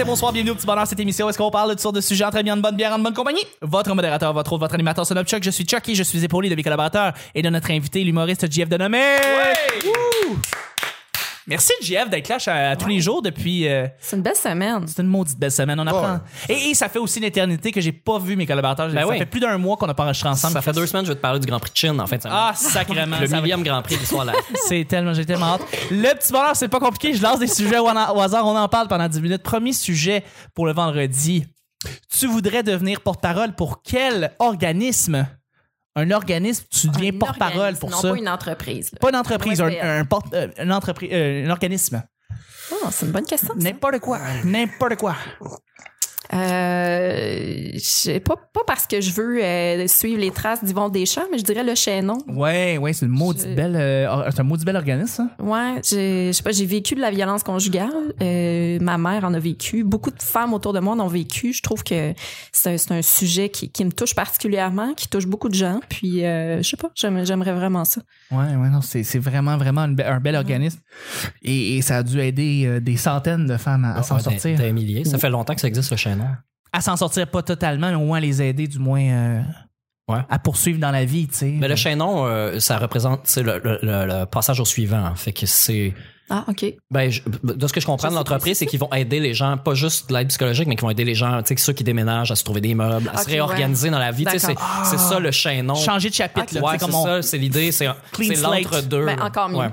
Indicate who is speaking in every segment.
Speaker 1: et bonsoir, bienvenue au petit bonheur cette émission. Est-ce qu'on parle de toutes sortes de sujets entre amis, en bonne bière, en bonne compagnie? Votre modérateur, votre hôte, votre animateur, son Chuck. Je suis Chucky, je suis épaulé de mes collaborateurs et de notre invité, l'humoriste JF Denomé. Wouh! Merci JF d'être là à, à tous les jours depuis. euh,
Speaker 2: C'est une belle semaine.
Speaker 1: c'est une maudite belle semaine, on apprend. Et, et ça fait aussi une éternité que j'ai pas vu mes collaborateurs.
Speaker 3: Ben
Speaker 1: ça
Speaker 3: oui.
Speaker 1: fait plus d'un mois qu'on n'a pas enregistré ensemble.
Speaker 3: Ça fait deux semaines que je vais te parler du Grand Prix de Chine en fin de semaine.
Speaker 1: Ah, sacrément.
Speaker 3: le
Speaker 1: ça va-
Speaker 3: millième Grand Prix de l'histoire de la-
Speaker 1: C'est tellement, j'ai tellement hâte. Le petit bonheur, c'est pas compliqué. Je lance des sujets au au hasard. On en parle pendant 10 minutes. Premier sujet pour le vendredi. Tu voudrais devenir porte-parole pour quel organisme? Un organisme, tu deviens
Speaker 2: Un
Speaker 1: porte-parole
Speaker 2: organisme,
Speaker 1: pour
Speaker 2: non
Speaker 1: ça.
Speaker 2: pas une entreprise. là.
Speaker 1: Pas une entreprise, un,
Speaker 2: Ouais,
Speaker 1: un porte- euh, une entreprise, euh, un organisme.
Speaker 2: Oh, c'est une bonne question. ça.
Speaker 1: N'importe quoi. N'importe quoi.
Speaker 2: Euh, je sais pas, pas parce que je veux euh, suivre les traces d'Yvon Deschamps, mais je dirais le chaînon.
Speaker 1: Ouais, ouais, c'est une maudite
Speaker 2: Je-
Speaker 1: belle, euh, or- c'est un maudit bel organisme. ça.
Speaker 2: Ouais, j'ai- je sais pas, j'ai vécu de la violence conjugale. Euh, ma mère en a vécu. Beaucoup de femmes autour de moi en ont vécu. Je trouve que c'est un- c'est un sujet qui, qui me touche particulièrement, qui touche beaucoup de gens. Puis, euh, je sais pas, j'aime- j'aimerais vraiment ça.
Speaker 1: Ouais, ouais, non, c'est c'est vraiment, vraiment une be- un
Speaker 2: Mhm.
Speaker 1: bel organisme. Et, et ça a dû aider euh, des centaines de femmes à, à s'en
Speaker 3: Ah, t'es-
Speaker 1: sortir.
Speaker 3: t'es millier. Ça fait longtemps que ça existe, le chaînon.
Speaker 1: à s'en sortir pas totalement, mais au moins à les aider du moins euh,
Speaker 3: Ouais.
Speaker 1: à poursuivre dans la vie, tu sais.
Speaker 3: Mais le chaînon, euh, ça représente c'est le, le- le- le passage au suivant. Fait que c'est.
Speaker 2: Ah, OK.
Speaker 3: Ben, je- de ce que je comprends de l'entreprise, c'est qu'ils vont aider les gens, pas juste de l'aide psychologique, mais qu'ils vont aider les gens, tu sais, ceux qui déménagent à se trouver des meubles, à
Speaker 2: Ok,
Speaker 3: se réorganiser dans la vie. Tu sais, C'est
Speaker 2: D'accord.
Speaker 3: c'est ça le chaînon.
Speaker 1: changer de chapitre, là, tu sais,
Speaker 3: Ouais, c'est
Speaker 1: comme on-
Speaker 3: ça, c'est l'idée, c'est
Speaker 1: Clean
Speaker 3: c'est
Speaker 1: slate.
Speaker 3: l'entre-deux.
Speaker 2: Ben,
Speaker 3: là.
Speaker 2: encore mieux.
Speaker 3: Ouais.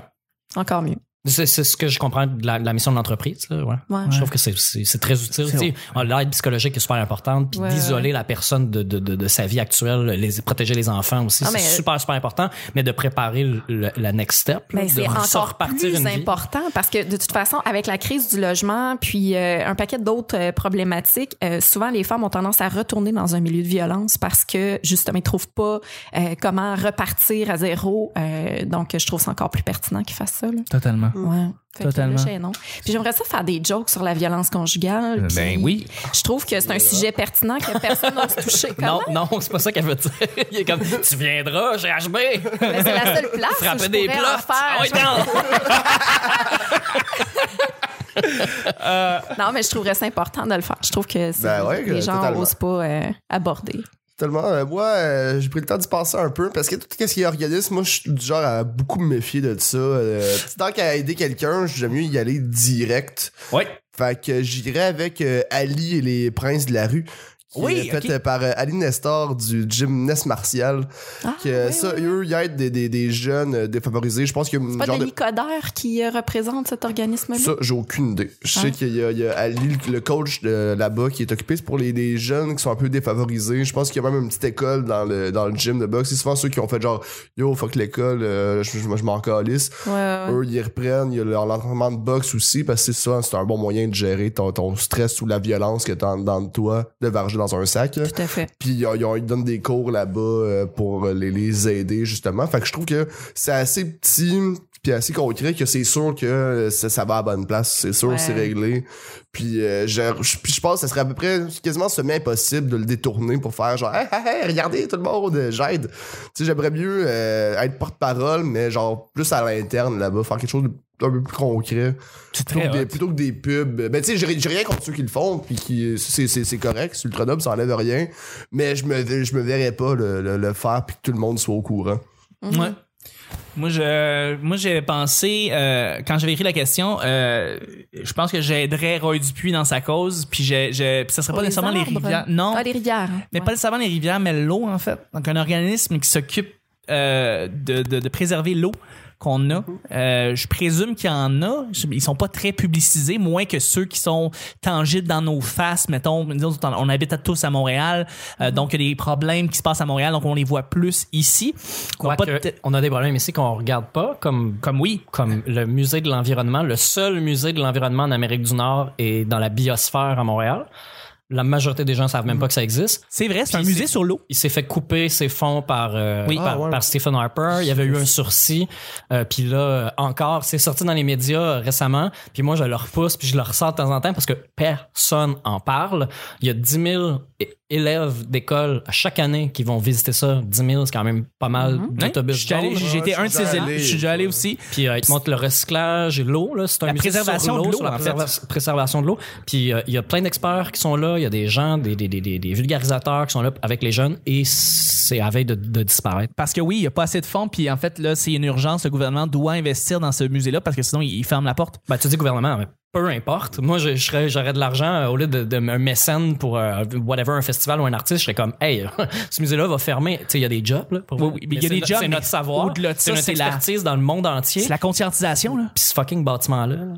Speaker 2: Encore mieux.
Speaker 3: C'est c'est ce que je comprends de la, de la mission de l'entreprise. là, ouais.
Speaker 2: Ouais.
Speaker 3: Je trouve que c'est- c'est c'est très utile.
Speaker 1: C'est-
Speaker 3: tu sais. Ah, L'aide psychologique est super importante. Puis
Speaker 2: Ouais,
Speaker 3: d'isoler la personne de, de, de, de sa vie actuelle, les, protéger les enfants aussi,
Speaker 2: Ah,
Speaker 3: c'est
Speaker 2: mais-
Speaker 3: super, super important. Mais de préparer le- le- la next step, là,
Speaker 2: Ben,
Speaker 3: de
Speaker 2: c'est
Speaker 3: se
Speaker 2: encore
Speaker 3: repartir
Speaker 2: plus
Speaker 3: une vie.
Speaker 2: important parce que de toute façon, avec la crise du logement, puis euh, un paquet d'autres euh, problématiques, euh, souvent les femmes ont tendance à retourner dans un milieu de violence parce que justement, ils trouvent pas euh, comment repartir à zéro. Euh, donc, je trouve ça encore plus pertinent qu'ils fassent ça. là.
Speaker 1: Totalement.
Speaker 3: Mm.
Speaker 2: Ouais. Fait que
Speaker 1: Totalement.
Speaker 2: le chaînon. Puis j'aimerais ça faire des jokes sur la violence conjugale.
Speaker 3: Euh, ben
Speaker 2: puis Je trouve que c'est un sujet pertinent que personne n'ose toucher.
Speaker 3: Non,
Speaker 2: Comment?
Speaker 3: non, c'est pas ça qu'elle veut dire. Il est comme, tu viendras, GHB,
Speaker 2: Mais Ben, c'est la seule place où Ah, je
Speaker 3: frapper des Ah
Speaker 2: pourrais en
Speaker 3: plats.
Speaker 2: faire.
Speaker 3: non.
Speaker 2: Non, mais je trouverais ça important de le faire. Je trouve que c'est-
Speaker 4: Ben ouais,
Speaker 2: les gens
Speaker 4: totalement.
Speaker 2: n'osent pas euh, aborder.
Speaker 4: Tellement, euh, moi, euh, j'ai pris le temps d'y passer un peu parce que tout ce qui est organisme, moi, je suis du genre à beaucoup me méfier de ça. Euh, tant qu'à aider quelqu'un, j'aime mieux y aller direct.
Speaker 3: Oui.
Speaker 4: Fait que j'irai avec euh, Ali et les princes de la rue. Qui
Speaker 3: Oui,
Speaker 4: est faite
Speaker 3: ok.
Speaker 4: euh, par euh, Ali Nestor du gymnase martial.
Speaker 2: Ah,
Speaker 4: que
Speaker 2: oui,
Speaker 4: ça,
Speaker 2: oui.
Speaker 4: eux, ils aident des, des, des jeunes euh, défavorisés. Je pense que
Speaker 2: C'est pas Denis Coderre qui euh, représente cet organisme-là?
Speaker 4: Ça, j'ai aucune idée. Je sais
Speaker 2: Ah.
Speaker 4: qu'il y a, il y a Ali, le coach de- là-bas, qui est occupé. C'est pour les, les jeunes qui sont un peu défavorisés. Je pense qu'il y a même une petite école dans le, dans le gym de boxe. C'est souvent ceux qui ont fait genre Yo, fuck l'école, euh, je, je- je m'en calisse.
Speaker 2: Ouais, ouais, ouais.
Speaker 4: Eux, ils reprennent. Il y a leur entraînement de boxe aussi, parce que c'est ça, c'est un bon moyen de gérer ton, ton stress ou la violence que t'as en dedans de toi, de varger dans un sac. là.
Speaker 2: Tout à fait.
Speaker 4: Puis ils, ont- ils ont- ils donnent des cours là-bas euh, pour les, les aider justement. Fait que je trouve que c'est assez petit puis assez concret que c'est sûr que euh, ça, ça va à la bonne place. C'est sûr,
Speaker 2: Ouais.
Speaker 4: c'est réglé. Puis euh, je, je, puis je pense que ça serait à peu près quasiment semi-impossible de le détourner pour faire genre hey, hey, hey, regardez tout le monde, euh, j'aide. Tu sais, j'aimerais mieux euh, être porte-parole, mais genre plus à l'interne là-bas, faire quelque chose d'un peu plus concret. Plutôt que, des, plutôt que des pubs. Ben, tu sais, j'ai j'ai rien contre ceux qui le font, puis qui, c'est, c'est, c'est correct, c'est ultra noble, ça enlève rien. Mais je me, je me verrais pas le, le, le faire, puis que tout le monde soit au courant.
Speaker 2: Mhm.
Speaker 1: Ouais. Moi, je, moi, j'ai pensé, euh, quand j'avais écrit la question, euh, je pense que j'aiderais Roy Dupuis dans sa cause, puis je, je- puis ça serait pas
Speaker 2: Pour les
Speaker 1: nécessairement les,
Speaker 2: arbres.
Speaker 1: rivières. Non,
Speaker 2: Ah, les rivières. hein.
Speaker 1: mais
Speaker 2: Ouais.
Speaker 1: pas nécessairement les rivières, mais l'eau, en fait. Donc, un organisme qui s'occupe euh, de, de- de préserver l'eau qu'on a. Euh, je présume qu'il y en a. Je- Ils sont pas très publicisés, moins que ceux qui sont tangibles dans nos faces. Mettons, nous autres, on habite à tous à Montréal,
Speaker 3: Mhm.
Speaker 1: euh, donc il y a des problèmes qui se passent à Montréal, donc on les voit plus ici. On a pas de-
Speaker 3: Quoique, on a des problèmes ici qu'on regarde pas, comme,
Speaker 1: Comme oui.
Speaker 3: comme le musée de l'environnement, le seul musée de l'environnement en Amérique du Nord et dans la biosphère à Montréal. La majorité des gens savent
Speaker 2: Mm.
Speaker 3: même pas que ça existe.
Speaker 1: C'est vrai, c'est un
Speaker 3: Puis
Speaker 1: musée
Speaker 3: c'est-
Speaker 1: sur l'eau.
Speaker 3: Il s'est fait couper ses fonds par, euh,
Speaker 1: Oui.
Speaker 3: par,
Speaker 4: Ah, ouais.
Speaker 3: par Stephen Harper. Il y avait eu un sursis. Euh, puis là, euh, encore, c'est sorti dans les médias euh, récemment. Puis moi, je le repousse, puis je le ressors de temps en temps parce que personne en parle. Il y a 10 000 é- élèves d'école à chaque année qui vont visiter ça. 10 000, c'est quand même pas mal
Speaker 4: Mm-hmm.
Speaker 3: d'autobus
Speaker 1: J'étais allé-
Speaker 3: jaunes.
Speaker 4: Ouais,
Speaker 1: J'étais
Speaker 4: je
Speaker 1: un de
Speaker 4: suis
Speaker 1: ces
Speaker 4: déjà
Speaker 1: élèves.
Speaker 4: allé,
Speaker 1: Je suis déjà allé
Speaker 4: ouais.
Speaker 1: aussi.
Speaker 3: Puis euh, ils te montrent le recyclage et l'eau. là. C'est un
Speaker 1: La
Speaker 3: musée sur
Speaker 1: préservation de
Speaker 3: l'eau,
Speaker 1: l'eau,
Speaker 3: sur la
Speaker 1: en
Speaker 3: préserva-
Speaker 1: fait.
Speaker 3: préservation de l'eau. Puis euh, il y a plein d'experts qui sont là. Il y a des gens, des, des, des- des- des vulgarisateurs qui sont là avec les jeunes et c'est à veille de, de disparaître.
Speaker 1: Parce que oui, il n'y a pas assez de fonds, puis en fait, là, c'est une urgence. Le gouvernement doit investir dans ce musée-là parce que sinon, il, il ferme la porte.
Speaker 3: Ben, tu dis gouvernement, mais peu importe. Moi, je- je serais- j'aurais de l'argent euh, au lieu de, de un mécène pour euh, whatever, un festival ou un artiste. Je serais comme, hey, ce musée-là va fermer. Tu sais, il y a des jobs. Là, pour-
Speaker 1: Oui, oui, mais il y a
Speaker 3: c'est
Speaker 1: des
Speaker 3: no-
Speaker 1: jobs,
Speaker 3: C'est
Speaker 1: mais
Speaker 3: notre savoir.
Speaker 1: au-delà de ça,
Speaker 3: notre
Speaker 1: c'est la-
Speaker 3: expertise dans le monde entier.
Speaker 1: C'est la conscientisation, là.
Speaker 3: Puis ce fucking bâtiment-là. là.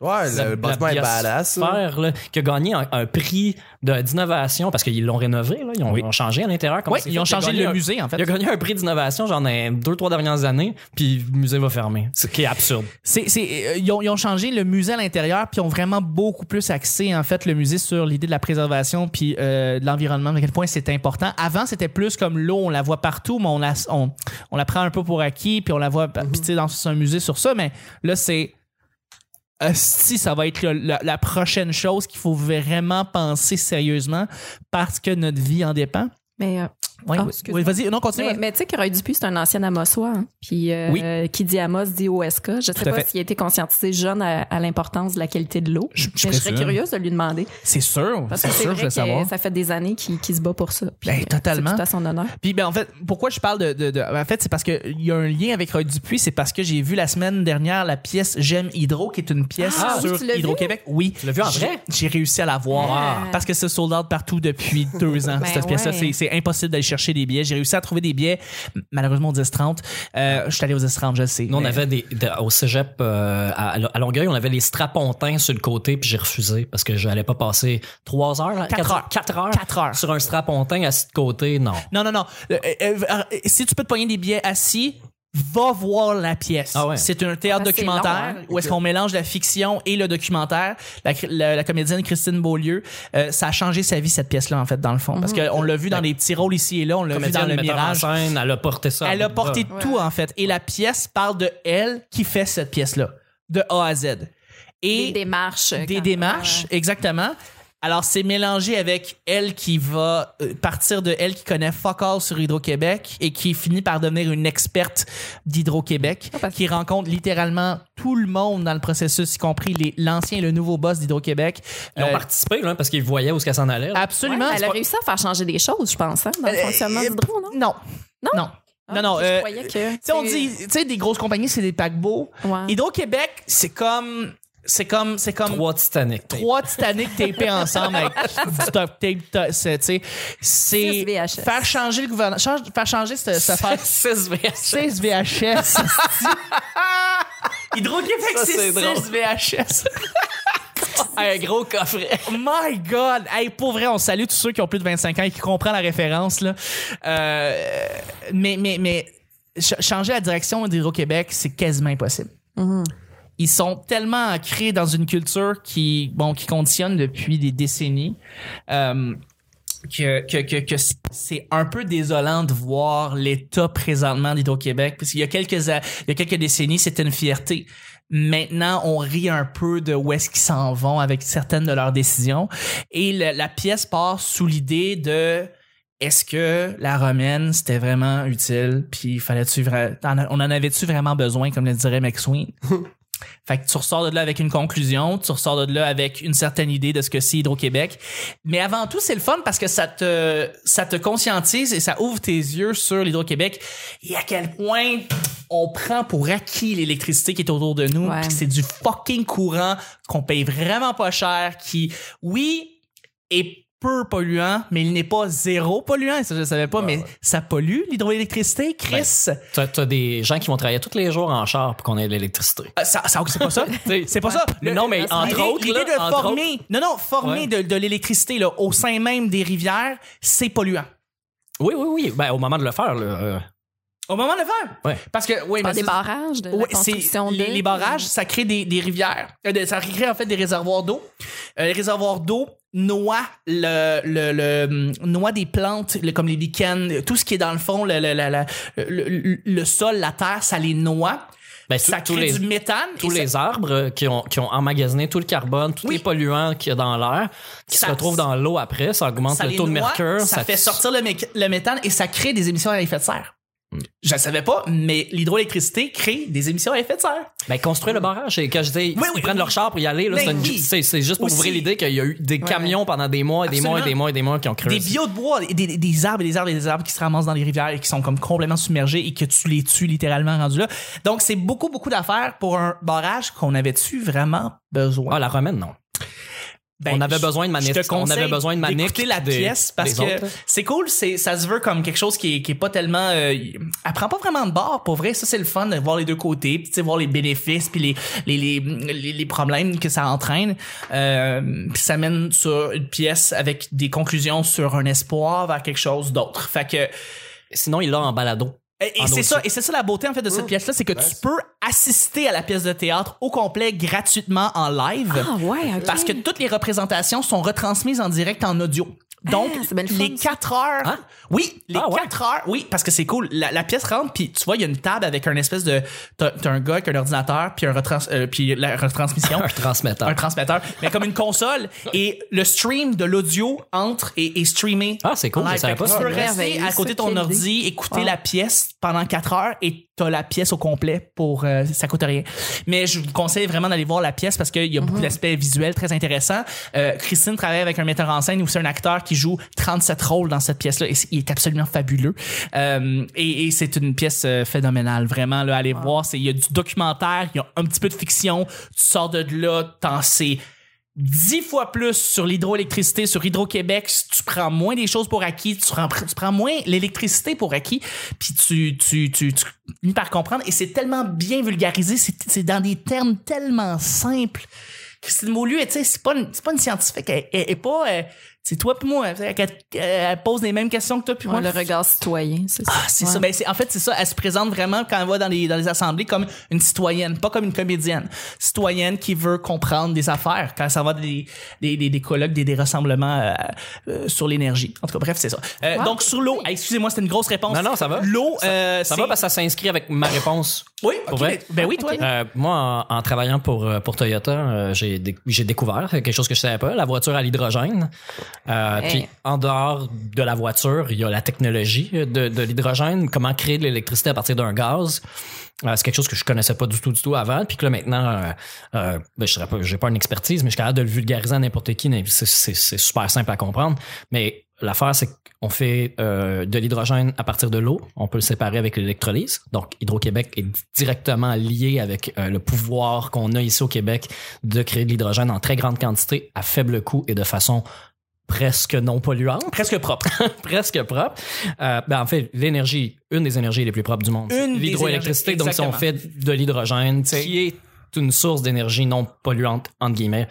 Speaker 4: Ouais,
Speaker 3: La-
Speaker 4: le bâtiment est
Speaker 3: la
Speaker 4: badass. là.
Speaker 3: biosphère, là, qui a gagné un, un prix de- d'innovation parce qu'ils l'ont rénové, là, ils ont,
Speaker 1: Oui.
Speaker 3: ils ont changé à l'intérieur. comment
Speaker 1: Oui,
Speaker 3: c'est
Speaker 1: ils
Speaker 3: fait.
Speaker 1: ont
Speaker 3: Il a
Speaker 1: changé
Speaker 3: gagné
Speaker 1: le
Speaker 3: un-
Speaker 1: musée, en fait.
Speaker 3: Il a gagné un prix d'innovation, genre dans les deux, trois dernières années, puis le musée va fermer. Ce qui est absurde.
Speaker 1: C'est, c'est, euh, ils, ont, ils ont changé le musée à l'intérieur, puis ils ont vraiment beaucoup plus axé, en fait, le musée sur l'idée de la préservation, puis euh, de l'environnement, à quel point c'est important. Avant, c'était plus comme l'eau, on la voit partout, mais on la, on, on la prend un peu pour acquis, puis on la voit,
Speaker 3: Mhm.
Speaker 1: puis tu sais, dans un musée sur ça, mais là, c'est. euh, Si ça va être le- la, la prochaine chose qu'il faut vraiment penser sérieusement parce que notre vie en dépend.
Speaker 2: Mais, euh,
Speaker 1: Oui,
Speaker 2: Ah,
Speaker 1: oui.
Speaker 2: excuse-moi.
Speaker 1: Oui, vas-y, non, continue.
Speaker 2: mais, mais tu sais que Roy Dupuis, c'est un ancien Amossois. hein. Puis euh, qui dit Amos dit OSK. Je sais
Speaker 1: à
Speaker 2: pas
Speaker 1: fait.
Speaker 2: s'il a été conscientisé jeune à, à l'importance de la qualité de l'eau.
Speaker 1: Je- je
Speaker 2: mais je serais
Speaker 1: présume.
Speaker 2: curieuse de lui demander.
Speaker 1: C'est sûr,
Speaker 2: Parce
Speaker 1: c'est
Speaker 2: que c'est
Speaker 1: sûr,
Speaker 2: vrai
Speaker 1: je veux savoir.
Speaker 2: que ça fait des années qu'il qu'il se bat pour ça. Puis,
Speaker 1: Ben,
Speaker 2: euh,
Speaker 1: totalement.
Speaker 2: C'est tout à son honneur.
Speaker 1: Puis ben en fait, pourquoi je parle de, de- de- en fait, c'est parce que il y a un lien avec Roy Dupuis, c'est parce que j'ai vu la semaine dernière la pièce J'aime Hydro qui est une pièce
Speaker 2: Ah, oui,
Speaker 1: sur
Speaker 2: tu l'as vu?
Speaker 1: Hydro-Québec. Oui,
Speaker 3: l'as vu en
Speaker 1: J'ai-
Speaker 3: vrai?
Speaker 1: J'ai réussi à la voir
Speaker 2: Ah.
Speaker 1: parce que c'est sold out partout depuis deux ans
Speaker 2: Ben
Speaker 1: cette pièce là, c'est
Speaker 2: ouais.
Speaker 1: c'est impossible d'aller chercher des billets. J'ai réussi à trouver des billets malheureusement aux 10-30. Euh, je suis allé aux 10-30, je le sais.
Speaker 3: Nous, on
Speaker 1: Mais-
Speaker 3: avait des, de- au cégep euh, à, à Longueuil, on avait les strapontins sur le côté, puis j'ai refusé parce que j'allais pas passer trois heures, là,
Speaker 1: Quatre heures.
Speaker 3: quatre heures,
Speaker 1: Quatre heures.
Speaker 3: sur un strapontin à ce côté. Non.
Speaker 1: Non non non. Euh, euh, euh, si tu peux te pogner des billets assis va voir la pièce.
Speaker 3: Ah ouais.
Speaker 1: C'est un théâtre
Speaker 2: Ah, c'est
Speaker 1: documentaire
Speaker 2: long, hein?
Speaker 1: où est-ce qu'on mélange la fiction et le documentaire. La, cri- la- la comédienne Christine Beaulieu, euh, ça a changé sa vie cette pièce-là en fait dans le fond, parce
Speaker 2: Mhm.
Speaker 1: qu'on l'a vu dans des petits rôles ici et là, on l'a vu
Speaker 3: Comédienne,
Speaker 1: dans le
Speaker 3: metteur en
Speaker 1: mirage.
Speaker 3: scène, elle a porté ça. à
Speaker 1: Elle a
Speaker 3: bout de
Speaker 1: porté
Speaker 3: bras.
Speaker 1: tout en fait, et la pièce parle de elle qui fait cette pièce-là, de A à Z.
Speaker 2: Des
Speaker 1: Et
Speaker 2: démarches. euh,
Speaker 1: des
Speaker 2: quand-
Speaker 1: démarches, exactement. Alors, c'est mélangé avec elle qui va euh, partir de elle qui connaît fuck all sur Hydro-Québec et qui finit par devenir une experte d'Hydro-Québec,
Speaker 2: Oh, parce-
Speaker 1: qui rencontre littéralement tout le monde dans le processus, y compris les- l'ancien et le nouveau boss d'Hydro-Québec.
Speaker 3: Ils ont
Speaker 1: Euh,
Speaker 3: participé là, parce qu'ils voyaient où ce qu'elle s'en allait. là.
Speaker 2: Ouais,
Speaker 1: Absolument.
Speaker 2: elle a réussi à faire changer des choses, je pense, hein, dans le
Speaker 1: Euh,
Speaker 2: fonctionnement
Speaker 1: euh,
Speaker 2: du drone, non?
Speaker 1: Non.
Speaker 2: Non?
Speaker 1: Non. Non, non.
Speaker 2: Je
Speaker 1: euh,
Speaker 2: croyais que.
Speaker 1: tu sais, on dit, tu sais, des grosses compagnies, c'est des paquebots.
Speaker 2: Ouais.
Speaker 1: Hydro-Québec, c'est comme, c'est comme, c'est comme
Speaker 3: Trois Titanic.
Speaker 1: trois Titanic tapés ensemble avec du top tape, ta- c'est, tu sais, c'est
Speaker 2: Six VHS.
Speaker 1: faire changer le gouvernement, change- faire changer cette, cette affaire.
Speaker 3: 6 VS.
Speaker 1: 6 VHS. Hydro-Québec,
Speaker 3: Ça, c'est
Speaker 1: c'est 6
Speaker 3: drôle.
Speaker 1: VHS.
Speaker 3: Un gros coffret.
Speaker 1: Oh My God! Hey, pour vrai, on salue tous ceux qui ont plus de 25 ans et qui comprennent la référence. Là. Euh, mais mais, mais ch- changer la direction d'Hydro-Québec, c'est quasiment impossible. Ils sont tellement ancrés dans une culture qui, bon, qui conditionne depuis des décennies. euh, que, que, que, que c'est un peu désolant de voir l'état présentement d'Hydro-Québec. Parce qu'il y a quelques, a- il y a quelques décennies, c'était une fierté. Maintenant, on rit un peu de où est-ce qu'ils s'en vont avec certaines de leurs décisions. Et le- la pièce part sous l'idée de est-ce que la romaine, c'était vraiment utile? Puis fallait-tu vra- t'en a- on en avait-tu vraiment besoin, comme le dirait McSween? Fait que tu ressors de là avec une conclusion, tu ressors de là avec une certaine idée de ce que c'est Hydro-Québec. Mais avant tout, c'est le fun parce que ça te, ça te conscientise et ça ouvre tes yeux sur l'Hydro-Québec et à quel point on prend pour acquis l'électricité qui est autour de nous.
Speaker 2: Ouais.
Speaker 1: puis que C'est du fucking courant qu'on paye vraiment pas cher, qui, oui, est peu polluant, mais il n'est pas zéro polluant. Et Ça, je le savais pas, mais ça pollue l'hydroélectricité, Chris.
Speaker 3: T'as t'as des gens qui vont travailler tous les jours en char pour qu'on ait de l'électricité.
Speaker 1: Euh, ça, ça- c'est pas ça. c'est pas ça. Le-
Speaker 3: non, mais entre
Speaker 1: L'idée-
Speaker 3: autres,
Speaker 1: l'idée
Speaker 3: là,
Speaker 1: de
Speaker 3: entre
Speaker 1: former, non, non, former
Speaker 3: Ouais.
Speaker 1: de, de l'électricité là, au sein même des rivières, c'est polluant.
Speaker 3: Oui, oui, oui. Ben, au moment de le faire, là, euh,
Speaker 1: Au moment de le faire.
Speaker 3: Ouais.
Speaker 1: Parce que, oui,
Speaker 2: Par
Speaker 1: mais Ben, c'est-
Speaker 2: des barrages, de Euh, la
Speaker 1: Ouais, c'est-
Speaker 2: construction euh.
Speaker 1: les,
Speaker 2: de-
Speaker 1: les barrages, ça crée des, des rivières. Euh, de- Ça crée en fait des réservoirs d'eau. Euh, les réservoirs d'eau noient, le, le, le- noient des plantes le- comme les euh, lichens, tout ce qui est dans le fond, le, le- la- la- le- le- le sol, la terre, ça les noie.
Speaker 3: Ben,
Speaker 1: Ça
Speaker 3: tous- tous
Speaker 1: crée
Speaker 3: les-
Speaker 1: du méthane.
Speaker 3: tous
Speaker 1: et ça-
Speaker 3: les arbres euh, qui ont, qui ont emmagasiné tout le carbone, tous
Speaker 1: Oui.
Speaker 3: les polluants qu'il y a dans l'air, qui
Speaker 1: Ça-
Speaker 3: se retrouvent dans l'eau après, ça augmente
Speaker 1: ça
Speaker 3: le
Speaker 1: les
Speaker 3: taux de
Speaker 1: noie,
Speaker 3: mercure.
Speaker 1: Ça, fait sortir le, mé- le méthane et ça crée des émissions à effet de serre.
Speaker 3: Mm.
Speaker 1: Je ne savais pas, mais l'hydroélectricité crée des émissions à effet de serre.
Speaker 3: Ben, construire le barrage. Et quand je dis, ils
Speaker 1: Oui, oui.
Speaker 3: prennent leur char pour y aller, là,
Speaker 1: Ben
Speaker 3: c'est, une-
Speaker 1: oui.
Speaker 3: c'est- c'est juste pour
Speaker 1: Aussi.
Speaker 3: ouvrir l'idée qu'il y a eu des camions pendant des mois et des mois et des
Speaker 1: Absolument.
Speaker 3: mois et des mois qui ont créé
Speaker 1: Des bio de bois, et des, des- des arbres et des arbres et des arbres qui se ramassent dans les rivières et qui sont comme complètement submergés et que tu les tues littéralement rendus là. Donc, c'est beaucoup, beaucoup d'affaires pour un barrage qu'on avait-tu vraiment besoin?
Speaker 3: Ah, la romaine, non.
Speaker 1: Ben,
Speaker 3: on avait
Speaker 1: je-
Speaker 3: besoin de Manic.
Speaker 1: Je te
Speaker 3: On
Speaker 1: conseille
Speaker 3: avait besoin de Manic
Speaker 1: d'écouter la
Speaker 3: des-
Speaker 1: pièce parce
Speaker 3: des
Speaker 1: que
Speaker 3: autres, là.
Speaker 1: c'est cool, c'est ça se veut comme quelque chose qui est, qui est pas tellement euh, elle prend pas vraiment de bord pour vrai, ça c'est le fun de voir les deux côtés, puis tu sais voir les bénéfices puis les les, les les les problèmes que ça entraîne. Euh, puis ça mène sur une pièce avec des conclusions sur un espoir vers quelque chose d'autre. Fait que
Speaker 3: Sinon, il l'a en balado.
Speaker 1: et, et
Speaker 3: En
Speaker 1: c'est
Speaker 3: audio.
Speaker 1: ça, et c'est ça la beauté en fait de
Speaker 2: Mm.
Speaker 1: cette pièce là, c'est que tu
Speaker 4: Nice.
Speaker 1: peux assister à la pièce de théâtre au complet gratuitement en live.
Speaker 2: Ah ouais, ok.
Speaker 1: Parce que toutes les représentations sont retransmises en direct en audio. Donc,
Speaker 2: Ah, c'est bien le fun,
Speaker 1: les
Speaker 2: ça.
Speaker 1: 4 heures.
Speaker 3: Hein?
Speaker 1: Oui, les
Speaker 3: Ah ouais?
Speaker 1: 4 heures. Oui, parce que c'est cool. La, la pièce rentre, puis tu vois, il y a une table avec un espèce de. T'as t'as un gars avec un ordinateur, puis un retrans- euh, puis la retransmission.
Speaker 3: Un transmetteur.
Speaker 1: un transmetteur, mais comme une console. Et le stream de l'audio entre et est streamé.
Speaker 3: Ah, c'est cool,
Speaker 1: en live.
Speaker 3: je savais
Speaker 1: Fait que
Speaker 3: pas
Speaker 1: Tu
Speaker 2: ça.
Speaker 1: peux rester
Speaker 2: Merveilleux,
Speaker 1: à côté de
Speaker 2: ça,
Speaker 1: ton
Speaker 2: quelle
Speaker 1: ordi, écouter
Speaker 2: Wow.
Speaker 1: la pièce pendant 4 heures et t'as la pièce au complet pour. euh, ça coûte rien. Mais je vous conseille vraiment d'aller voir la pièce parce qu'il y a beaucoup d'aspects visuels très intéressants. Euh, Christine travaille avec un metteur en scène ou c'est un acteur qui joue 37 rôles dans cette pièce-là et c'est- il est absolument fabuleux. Euh, et et c'est une pièce euh, phénoménale, vraiment. Là, allez voir, c'est- il y a du documentaire, il y a un petit peu de fiction. Tu sors de là, t'en sais dix fois plus sur l'hydroélectricité, sur Hydro-Québec, si tu prends moins des choses pour acquis, tu prends, tu prends moins l'électricité pour acquis, puis tu, tu, tu, tu finis par comprendre. Et c'est tellement bien vulgarisé, c'est c'est dans des termes tellement simples. Christine Beaulieu, elle, tu sais, c'est pas, une- c'est pas une scientifique, elle, elle- elle est pas... euh, C'est toi puis moi, elle, elle- elle pose les mêmes questions que toi puis moi.
Speaker 2: Ouais, le regard citoyen, c'est ça.
Speaker 1: Ah, c'est
Speaker 2: Ouais.
Speaker 1: ça. Ben, c'est- en fait, c'est ça. Elle se présente vraiment quand elle va dans les, dans les assemblées comme une citoyenne, pas comme une comédienne. Citoyenne qui veut comprendre des affaires quand ça va des, des, des, des colloques, des, des rassemblements euh, euh, sur l'énergie. En tout cas, bref, c'est ça. Euh,
Speaker 2: Wow.
Speaker 1: Donc, sur l'eau, hey, excusez-moi, c'était une grosse réponse.
Speaker 3: Non, non, ça va.
Speaker 1: L'eau,
Speaker 3: Ça-
Speaker 1: euh,
Speaker 3: Ça
Speaker 1: c'est-
Speaker 3: va parce que ça s'inscrit avec ma réponse.
Speaker 1: Oui,
Speaker 3: Pour
Speaker 1: ok,
Speaker 3: vrai.
Speaker 1: ben- ben oui, toi.
Speaker 2: Ok.
Speaker 3: Euh, moi, en, en travaillant pour, euh, pour Toyota, euh, j'ai déc- j'ai découvert quelque chose que je savais pas, la voiture à l'hydrogène. Euh,
Speaker 2: Hey.
Speaker 3: Puis en dehors de la voiture, il y a la technologie de, de l'hydrogène, comment créer de l'électricité à partir d'un gaz. Euh, c'est quelque chose que je connaissais pas du tout du tout avant puis que là maintenant euh, euh, ben, je serais pas j'ai pas une expertise mais je suis capable de le vulgariser à n'importe qui mais c'est- c'est c'est super simple à comprendre mais l'affaire c'est qu'on fait euh, de l'hydrogène à partir de l'eau on peut le séparer avec l'électrolyse donc Hydro-Québec est directement lié avec euh, le pouvoir qu'on a ici au Québec de créer de l'hydrogène en très grande quantité à faible coût et de façon presque non polluante
Speaker 1: Presque propre.
Speaker 3: presque propre. Euh, ben, en fait, l'énergie, une des énergies les plus propres du monde, c'est
Speaker 1: Une des
Speaker 3: l'hydroélectricité.
Speaker 1: énergies,
Speaker 3: Donc, si on fait de l'hydrogène, qui est une source d'énergie non polluante, entre guillemets.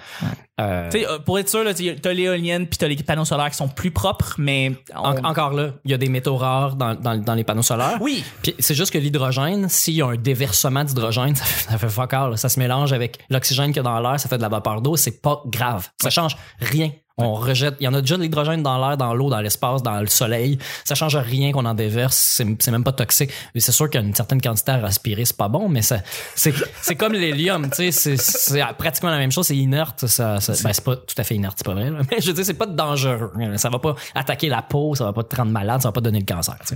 Speaker 3: Euh,
Speaker 1: Tu sais, euh, pour être sûr, là, tu- t'as l'éolienne puis t'as les panneaux solaires qui sont plus propres, mais on-
Speaker 3: en- ah, encore là, il y a des métaux rares dans, dans, dans les panneaux solaires.
Speaker 1: oui.
Speaker 3: Puis c'est juste que l'hydrogène, s'il y a un déversement d'hydrogène, ça fait, ça fait fuck all, là. Ça se mélange avec l'oxygène qu'il y a dans l'air, ça fait de la vapeur d'eau, c'est pas grave. Ça change rien. On rejette. Il y en a déjà de l'hydrogène dans l'air, dans l'eau, dans l'espace, dans le soleil. Ça change rien qu'on en déverse. C'est c'est même pas toxique. Mais c'est sûr qu'une certaine quantité à respirer, c'est pas bon, mais ça, c'est c'est comme l'hélium, tu sais. c'est- C'est pratiquement la même chose. C'est inerte. Ça, ça- ben, c'est pas tout à fait inerte, c'est pas vrai, là. Mais je veux dire, c'est pas dangereux. hein. Ça va pas attaquer la peau, ça va pas te rendre malade, ça va pas donner le cancer, tu sais.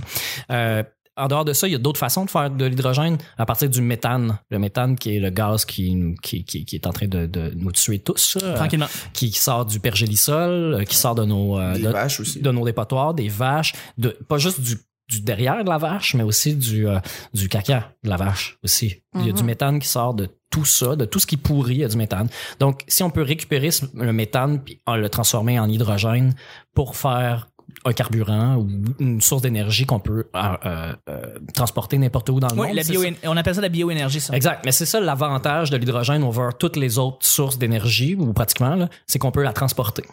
Speaker 3: Euh, en dehors de ça, il y a d'autres façons de faire de l'hydrogène à partir du méthane. Le méthane qui est le gaz qui, nous- qui, qui, qui est en train de, de nous tuer tous, euh,
Speaker 1: Tranquillement.
Speaker 3: qui, qui sort du pergélisol, euh, qui sort de nos,
Speaker 1: Ah,
Speaker 3: euh,
Speaker 4: Des
Speaker 3: de,
Speaker 4: vaches aussi.
Speaker 3: de nos dépotoirs, des vaches, de, pas juste du, du derrière de la vache, mais aussi du, euh, du caca de la vache aussi. Il y a
Speaker 2: Mhm.
Speaker 3: du méthane qui sort de tout ça, de tout ce qui pourrit, il y a du méthane. Donc, si on peut récupérer ce- le méthane puis en le transformer en hydrogène pour faire un carburant ou une source d'énergie qu'on peut euh, euh, euh, transporter n'importe où dans le
Speaker 1: Oui,
Speaker 3: monde.
Speaker 1: la
Speaker 3: c'est
Speaker 1: bio-
Speaker 3: ça.
Speaker 1: on appelle ça la bioénergie, ça.
Speaker 3: Exact. Mais c'est ça l'avantage de l'hydrogène over toutes les autres sources d'énergie, ou pratiquement, là, c'est qu'on peut la transporter.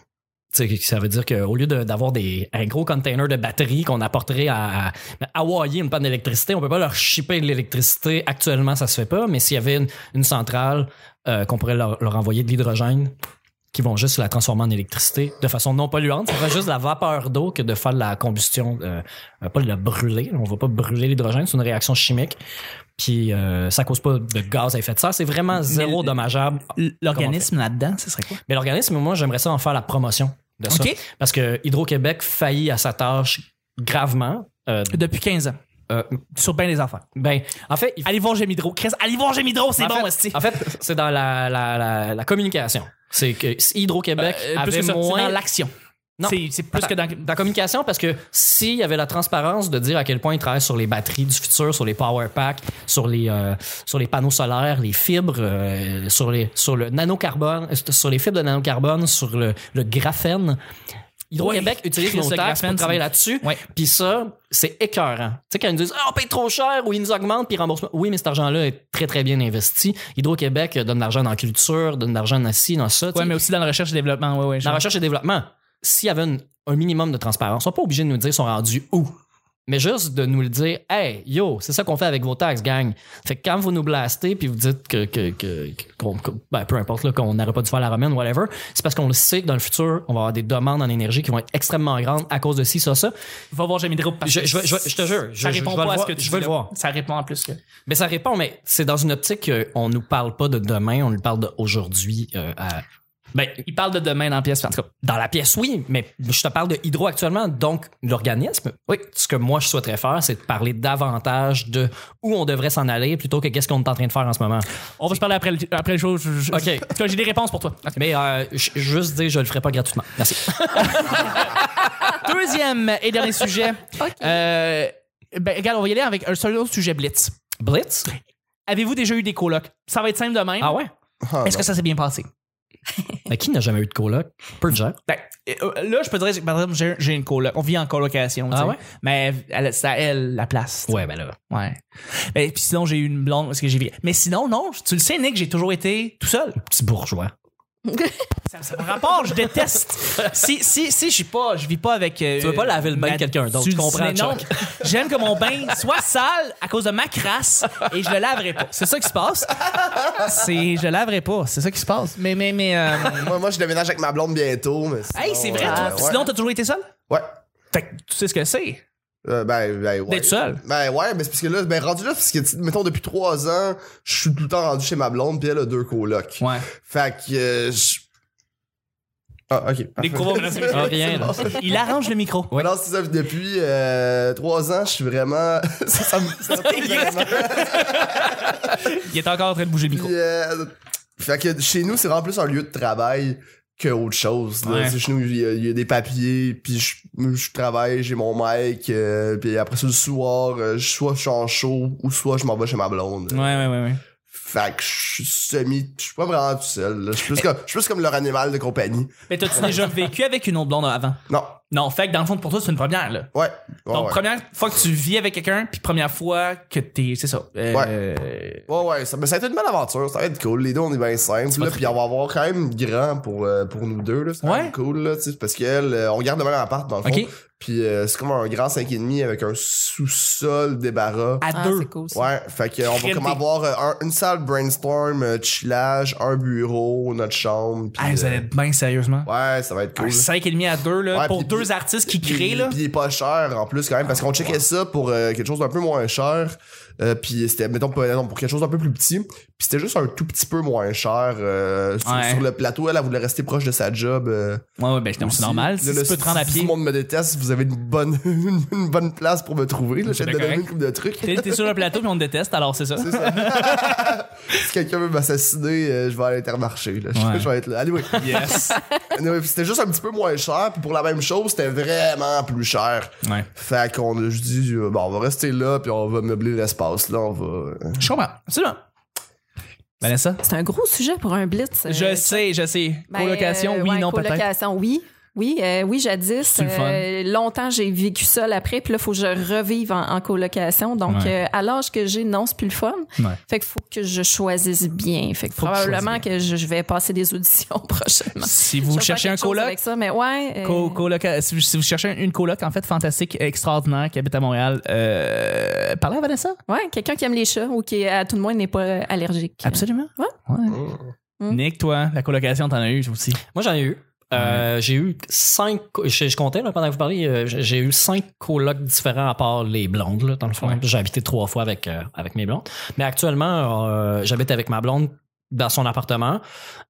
Speaker 3: Tu sais, ça veut dire qu'au lieu de- d'avoir des, un gros container de batterie qu'on apporterait à, à Hawaï une panne d'électricité, on peut pas leur shipper de l'électricité. Actuellement, ça se fait pas, mais s'il y avait une, une centrale euh, qu'on pourrait leur, leur envoyer de l'hydrogène, qui vont juste la transformer en électricité de façon non polluante. Ça fait juste la vapeur d'eau que de faire de la combustion, euh, euh, pas de la brûler. On va pas brûler l'hydrogène, c'est une réaction chimique. Puis euh, ça cause pas de gaz à effet de serre. C'est vraiment zéro
Speaker 1: le-
Speaker 3: dommageable.
Speaker 1: L'organisme là-dedans, ce serait quoi?
Speaker 3: Mais l'organisme, moi, j'aimerais ça en faire la promotion de ça.
Speaker 1: OK.
Speaker 3: Parce que Hydro-Québec faillit à sa tâche gravement. Euh,
Speaker 1: Depuis 15 ans.
Speaker 3: Euh,
Speaker 1: Sur bien des affaires.
Speaker 3: ben, en fait, il
Speaker 1: Allez voir Gémidro. Chris, allez voir Gémidro, c'est
Speaker 3: En
Speaker 1: bon,
Speaker 3: fait-
Speaker 1: aussi.
Speaker 3: En fait, c'est dans la, la, la, la communication. C'est que Hydro-Québec
Speaker 1: Euh, plus
Speaker 3: avait
Speaker 1: que ça, c'est
Speaker 3: moins
Speaker 1: dans l'action.
Speaker 3: Non.
Speaker 1: C'est c'est plus
Speaker 3: Attends.
Speaker 1: que dans.
Speaker 3: dans la communication parce que s'il y avait la transparence de dire à quel point ils travaillent sur les batteries du futur, sur les power packs, sur les euh, sur les panneaux solaires, les fibres, euh, sur les sur le nanocarbone, euh, sur les fibres de nanocarbone, sur le, le graphène. Hydro-Québec
Speaker 1: Oui,
Speaker 3: utilise
Speaker 1: Chris,
Speaker 3: nos
Speaker 1: le
Speaker 3: taxes
Speaker 1: graphène,
Speaker 3: pour travailler
Speaker 1: c'est-
Speaker 3: là-dessus.
Speaker 1: Ouais.
Speaker 3: Puis ça, c'est écœurant. Tu sais, quand ils nous disent Ah, on paye trop cher ou ils nous augmentent puis ils remboursent. pas. Oui, mais cet argent-là est très, très bien investi. Hydro-Québec euh, donne de l'argent dans la culture, donne de l'argent dans ci, dans ça. tu
Speaker 1: Ouais,
Speaker 3: sais.
Speaker 1: mais aussi dans la recherche et développement. Ouais, ouais,
Speaker 3: Dans
Speaker 1: genre.
Speaker 3: la recherche et développement, s'il y avait une- un minimum de transparence, on n'est pas obligé de nous dire ils sont rendus où. Mais juste de nous le dire, hey, yo, c'est ça qu'on fait avec vos taxes, gang. Fait que quand vous nous blastez puis vous dites que, que, que- qu'on- qu'on- ben, peu importe, là, qu'on n'aurait pas dû faire la romaine, whatever, c'est parce qu'on le sait que dans le futur, on va avoir des demandes en énergie qui vont être extrêmement grandes à cause de ci, ça, ça.
Speaker 1: Va voir Gémidro. parce
Speaker 3: Je-
Speaker 1: que
Speaker 3: je vais- je vais- je te jure, je-
Speaker 1: ça
Speaker 3: je-
Speaker 1: répond
Speaker 3: je vais
Speaker 1: pas
Speaker 3: le
Speaker 1: à ce
Speaker 3: voir.
Speaker 1: que tu
Speaker 3: Je vais
Speaker 1: dis là.
Speaker 3: le voir.
Speaker 1: Ça répond en plus que.
Speaker 3: Mais ça répond, mais c'est dans une optique qu'on nous parle pas de demain, on nous parle d'aujourd'hui. euh, à- Ben,
Speaker 1: Il parle de demain dans la pièce. En tout cas,
Speaker 3: Dans la pièce, oui, mais je te parle de Hydro actuellement, donc l'organisme. Oui, ce que moi je souhaiterais faire, c'est de parler davantage de où on devrait s'en aller plutôt que qu'est-ce qu'on est en train de faire en ce moment.
Speaker 1: on va se parler après le, après le show. Je- je-
Speaker 3: Ok.
Speaker 1: En tout cas, J'ai des réponses pour toi.
Speaker 3: Mais euh, je- juste dire, je le ferai pas gratuitement. Merci.
Speaker 1: Deuxième et dernier sujet. Euh, ben, regarde, on va y aller avec un seul autre sujet Blitz.
Speaker 3: Blitz?
Speaker 1: Avez-vous déjà eu des colocs? Ça va être simple de même.
Speaker 3: Ah ouais?
Speaker 4: Ah,
Speaker 1: Est-ce que ça s'est bien passé?
Speaker 3: Mais qui n'a jamais eu de coloc? Peu de gens.
Speaker 1: Ben, euh, là, je peux te dire, par exemple, j'ai- j'ai une coloc. On vit en colocation. tu
Speaker 3: Ah
Speaker 1: sais.
Speaker 3: ouais?
Speaker 1: Mais elle- c'est à elle la place.
Speaker 3: Ouais, ben là.
Speaker 1: Ouais. Ben, puis sinon, j'ai eu une blonde parce que j'ai viré. Mais sinon, non, tu le sais, Nick, j'ai toujours été tout seul.
Speaker 3: Petit bourgeois.
Speaker 1: Ça, ça me rapport, je déteste. Si, si, si, je suis pas, je vis pas avec. euh,
Speaker 3: Tu veux pas laver le bain de
Speaker 1: ma-
Speaker 3: quelqu'un d'autre,
Speaker 1: tu
Speaker 3: tu comprends,
Speaker 1: mais non,
Speaker 3: Chuck.
Speaker 1: J'aime que mon bain soit sale à cause de ma crasse et je le laverai pas. C'est ça qui se passe. C'est, je le laverai pas. C'est ça qui se passe. Mais, mais, mais. euh,
Speaker 4: Moi, moi, je déménage avec ma blonde bientôt. Mais sinon,
Speaker 1: Hey, c'est vrai,
Speaker 4: euh,
Speaker 1: toi.
Speaker 4: ouais.
Speaker 1: Sinon, t'as toujours été seul?
Speaker 4: Ouais.
Speaker 1: Fait que tu sais ce que c'est.
Speaker 4: Euh, ben, ben, ouais.
Speaker 1: D'être seul.
Speaker 4: Ben, ouais, mais c'est parce que là, ben, rendu là, parce que, tu- mettons, depuis trois ans, je suis tout le temps rendu chez ma blonde, puis elle a deux colocs.
Speaker 1: Ouais.
Speaker 4: Fait que, euh, je- Ah, ok.
Speaker 1: Les gros
Speaker 4: C'est bon.
Speaker 3: Ah, rien, là.
Speaker 1: Il arrange le micro.
Speaker 3: Ouais.
Speaker 4: Non, c'est ça. puis Depuis euh, trois ans, je suis vraiment. ça, ça me. ça me touche vraiment.
Speaker 1: Il est encore en train de bouger le micro.
Speaker 4: Puis, euh, fait que chez nous, c'est vraiment plus un lieu de travail que autre chose. là.
Speaker 1: Ouais.
Speaker 4: C'est Chez nous, il y, a- il y a des papiers, puis je, je travaille, j'ai mon mic, euh, puis après ça, le soir, euh, soit je suis en show, ou soit je m'en vais chez ma blonde.
Speaker 1: Ouais, ouais, ouais, ouais.
Speaker 4: Fait que je suis semi... Je suis pas vraiment tout seul. là. Je suis plus, comme- je suis plus comme leur animal de compagnie.
Speaker 1: Mais t'as-tu déjà vécu avec une autre blonde avant?
Speaker 4: Non.
Speaker 1: Non, fait que dans le fond, pour toi, c'est une première, là.
Speaker 4: Ouais. Ouais,
Speaker 1: Donc,
Speaker 4: Ah, ouais.
Speaker 1: première fois que tu vis avec quelqu'un, puis première fois que t'es. C'est ça. Euh,
Speaker 4: Ouais, ouais, ça, mais ça a été une belle aventure, ça va être cool. Les deux, on est bien simples, là, puis on va avoir quand même grand pour, euh, pour nous deux, là. C'est quand
Speaker 1: Ouais.
Speaker 4: même cool, là, tu sais, parce qu'elle, euh, on garde le même appart, dans le fond.
Speaker 1: OK.
Speaker 4: Puis euh, c'est comme un grand 5,5 avec un sous-sol débarras.
Speaker 1: À
Speaker 2: Ah,
Speaker 1: deux.
Speaker 2: c'est cool, ça.
Speaker 4: Ouais, fait que, euh, on va
Speaker 1: Crème
Speaker 4: comme
Speaker 1: tes-
Speaker 4: avoir euh, un- une salle brainstorm, euh, chillage, un bureau, notre chambre. puis,
Speaker 1: Ah, vous
Speaker 4: euh,
Speaker 1: allez être Ah, bien sérieusement.
Speaker 4: Ouais, ça va être cool.
Speaker 1: Un cinq et demi à deux, là,
Speaker 4: Ouais,
Speaker 1: pour
Speaker 4: puis-
Speaker 1: deux artistes qui créent, là.
Speaker 4: Puis il est pas cher en plus quand même parce qu'on checkait ça pour euh, quelque chose d'un peu moins cher. Euh, puis c'était mettons pour, mettons, pour quelque chose d'un peu plus petit. Puis c'était juste un tout petit peu moins cher euh, sur,
Speaker 1: Ouais.
Speaker 4: sur le plateau. Elle, elle voulait rester proche de sa job. euh,
Speaker 1: Ouais, ouais, ben, non,
Speaker 4: aussi.
Speaker 1: c'est normal. Si
Speaker 4: Là,
Speaker 1: tu
Speaker 4: là,
Speaker 1: peux te rendre à
Speaker 4: si
Speaker 1: pied.
Speaker 4: Tout le monde me déteste. Vous avez une bonne une, une bonne place pour me trouver. Là, je
Speaker 1: C'est
Speaker 4: vais te
Speaker 1: bien
Speaker 4: donner
Speaker 1: correct.
Speaker 4: une couple de trucs.
Speaker 1: T'es t'es sur le plateau, puis on te déteste, alors c'est ça.
Speaker 4: si quelqu'un veut m'assassiner, euh, je vais à l'intermarché. là.
Speaker 1: Ouais.
Speaker 4: Je vais être là. Anyway.
Speaker 1: Yes.
Speaker 4: Anyway, puis c'était juste un petit peu moins cher. Puis pour la même chose, c'était vraiment plus cher.
Speaker 1: Ouais.
Speaker 4: Fait qu'on a juste dit, euh, bon, on va rester là, puis on va meubler l'espace. Là, on va. euh,
Speaker 1: Je comprends. Absolument. Vanessa?
Speaker 2: C'est un gros sujet pour un blitz. euh,
Speaker 1: Je sais, je sais.
Speaker 2: Ben,
Speaker 1: Colocation,
Speaker 2: euh,
Speaker 1: oui,
Speaker 2: ouais,
Speaker 1: non, peut-être.
Speaker 2: Colocation, oui. Oui, euh, oui, jadis.
Speaker 1: C'est le fun.
Speaker 2: euh, longtemps, j'ai vécu ça après, puis là, faut que je revive en, en colocation. Donc,
Speaker 1: Ouais.
Speaker 2: euh, à l'âge que j'ai, non, c'est plus le fun.
Speaker 1: Ouais.
Speaker 2: Fait que faut que je choisisse bien. Fait que
Speaker 1: Faut que tu
Speaker 2: probablement
Speaker 1: choisisses
Speaker 2: que, je, je vais passer des auditions prochainement.
Speaker 1: Si vous
Speaker 2: Je vais faire
Speaker 1: cherchez un
Speaker 2: quelque chose
Speaker 1: coloc,
Speaker 2: avec ça, mais ouais. euh,
Speaker 1: Co- coloca- si, vous, si vous cherchez une coloc, en fait, fantastique, extraordinaire, qui habite à Montréal, euh, parlez à Vanessa.
Speaker 2: ouais, Mm. quelqu'un qui aime les chats ou qui, à tout le moins, n'est pas allergique.
Speaker 1: Absolument.
Speaker 2: Ouais.
Speaker 1: Ouais. Nick, toi, la colocation, t'en as eu aussi.
Speaker 3: Moi, j'en ai eu. Euh, J'ai eu cinq. co- Je, je comptais là, pendant que vous parliez. euh, J'ai j'ai eu cinq colocs différents à part les blondes, là, dans le fond.
Speaker 1: Ouais.
Speaker 3: J'ai habité trois fois avec, euh, avec mes blondes. Mais actuellement, euh, j'habite avec ma blonde dans son appartement.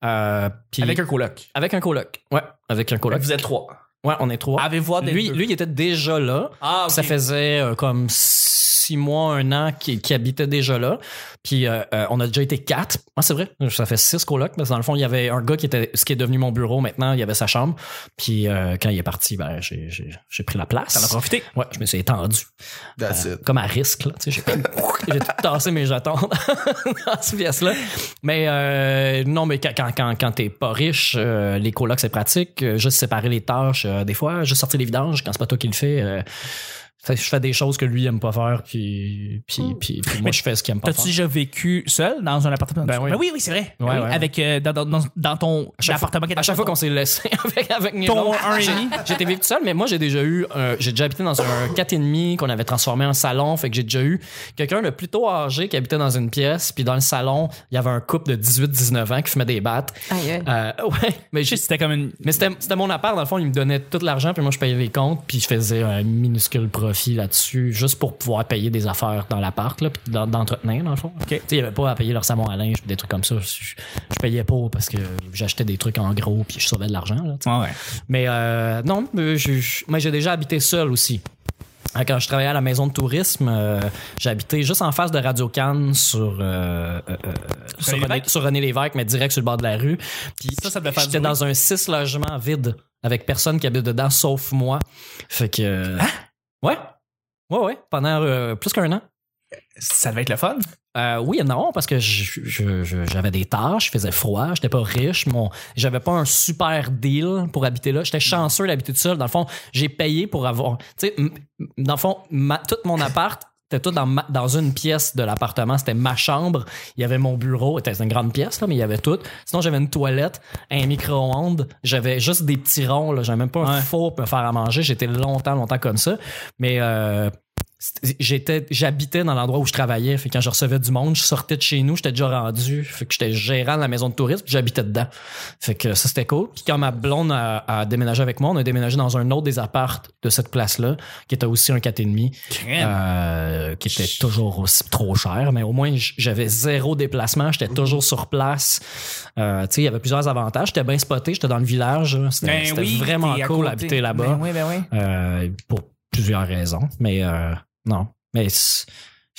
Speaker 3: Euh, puis-
Speaker 1: Avec un coloc.
Speaker 3: avec un coloc. Ouais, avec un coloc.
Speaker 1: Vous êtes trois.
Speaker 3: Ouais, on est trois.
Speaker 1: Avez-vous hâte d'être
Speaker 3: Lui,
Speaker 1: deux?
Speaker 3: lui, il était déjà là.
Speaker 1: Ah, ok.
Speaker 3: Ça faisait euh, comme six mois, un an qu'il qu'il habitait déjà là. Puis euh, euh, on a déjà été quatre. Ah, c'est vrai, ça fait six colocs. Parce que dans le fond, il y avait un gars qui était, ce qui est devenu mon bureau maintenant, il y avait sa chambre. Puis euh, quand il est parti, ben, j'ai- j'ai j'ai pris la place.
Speaker 1: T'en as profité.
Speaker 3: Ouais, je me suis étendu.
Speaker 4: That's it.
Speaker 3: Comme à risque, là. Tu sais, j'ai comme- j'ai tout tassé mes jetons dans cette pièce-là. Mais euh, non, mais quand, quand, quand, quand t'es pas riche, euh, les colocs, c'est pratique. Euh, juste séparer les tâches, euh, des fois, juste sortir les vidanges quand c'est pas toi qui le fais. euh, fait- je fais des choses que lui aime pas faire, puis, puis, puis, puis moi, je fais ce qu'il aime pas
Speaker 1: T'as-tu
Speaker 3: faire.
Speaker 1: déjà vécu seul dans un appartement?
Speaker 3: Ben oui.
Speaker 1: oui, oui, c'est vrai. Oui,
Speaker 3: Ouais, ouais, ouais.
Speaker 1: Avec, euh, dans, dans- dans- dans ton
Speaker 3: chaque
Speaker 1: appartement
Speaker 3: À chaque fois qu'on s'est laissé avec, avec mes
Speaker 1: Ton
Speaker 3: blondes,
Speaker 1: un et
Speaker 3: j'ai-
Speaker 1: demi.
Speaker 3: J'étais vécu tout seul, mais moi, j'ai déjà eu. euh, j'ai déjà habité dans un 4,5 qu'on avait transformé en salon. Fait que j'ai déjà eu quelqu'un de plutôt âgé qui habitait dans une pièce. Puis dans le salon, il y avait un couple de 18-19 ans qui fumait des battes.
Speaker 2: Aïe, aïe.
Speaker 1: Ah,
Speaker 3: Euh, ouais, mais j'ai-
Speaker 1: c'était comme une.
Speaker 3: mais c'était c'était mon appart, dans le fond, il me donnait tout l'argent, puis moi je payais les comptes, puis je faisais un minuscule profit là-dessus, juste pour pouvoir payer des affaires dans l'appart, là, puis d'en- d'entretenir, dans le fond. Tu sais, il n'y avait pas à payer leur savon à linge, puis des trucs comme ça. Je, je payais pas parce que j'achetais des trucs en gros, puis je sauvais de l'argent, là, tu sais.
Speaker 1: Ouais, ouais.
Speaker 3: Mais euh, non, mais je- je- mais j'ai déjà habité seul aussi. Euh, Quand je travaillais à la maison de tourisme, euh, j'habitais juste en face de Radio Cannes sur, euh, euh, euh, sur, René,
Speaker 1: Lévesque?
Speaker 3: sur René Lévesque, mais direct sur le bord de la rue. Puis
Speaker 1: Ça, ça devait faire
Speaker 3: j'étais
Speaker 1: du bruit.
Speaker 3: dans un six logements vide avec personne qui habite dedans sauf moi. Fait que.
Speaker 1: Hein?
Speaker 3: Ouais. Ouais, ouais. Pendant euh, plus qu'un an.
Speaker 1: Ça devait être le fun.
Speaker 3: Euh, oui et non, parce que je- je- je- j'avais des tâches, je faisais froid, j'étais pas riche, mon, j'avais pas un super deal pour habiter là. J'étais chanceux d'habiter tout seul. Dans le fond, j'ai payé pour avoir. Tu sais, m- m- dans le fond, ma- tout mon appart. C'était tout dans, ma- dans une pièce de l'appartement. C'était ma chambre. Il y avait mon bureau. C'était une grande pièce, là, mais il y avait tout. Sinon, j'avais une toilette, un micro-ondes. J'avais juste des petits ronds. là. J'avais même pas un
Speaker 1: Ouais.
Speaker 3: four pour me faire à manger. J'étais longtemps, longtemps comme ça. Mais euh, c'était- j'étais j'habitais dans l'endroit où je travaillais fait que quand je recevais du monde je sortais de chez nous j'étais déjà rendu fait que j'étais gérant de la maison de tourisme puis j'habitais dedans fait que ça c'était cool puis quand ma blonde a, a déménagé avec moi on a déménagé dans un autre des appartes de cette place là qui était aussi un 4,5
Speaker 1: Eh
Speaker 3: euh, qui était toujours aussi trop cher mais au moins j- j'avais zéro déplacement
Speaker 1: Mm-hmm.
Speaker 3: j'étais toujours sur place Euh, tu sais il y avait plusieurs avantages j'étais bien spoté j'étais dans le village c'était
Speaker 1: Ben
Speaker 3: c'était
Speaker 1: oui,
Speaker 3: vraiment
Speaker 1: t'es à
Speaker 3: cool
Speaker 1: côté.
Speaker 3: d'habiter là-bas
Speaker 1: Ben oui, ben oui.
Speaker 3: euh, pour plusieurs raisons. Mais euh, non. Mais c-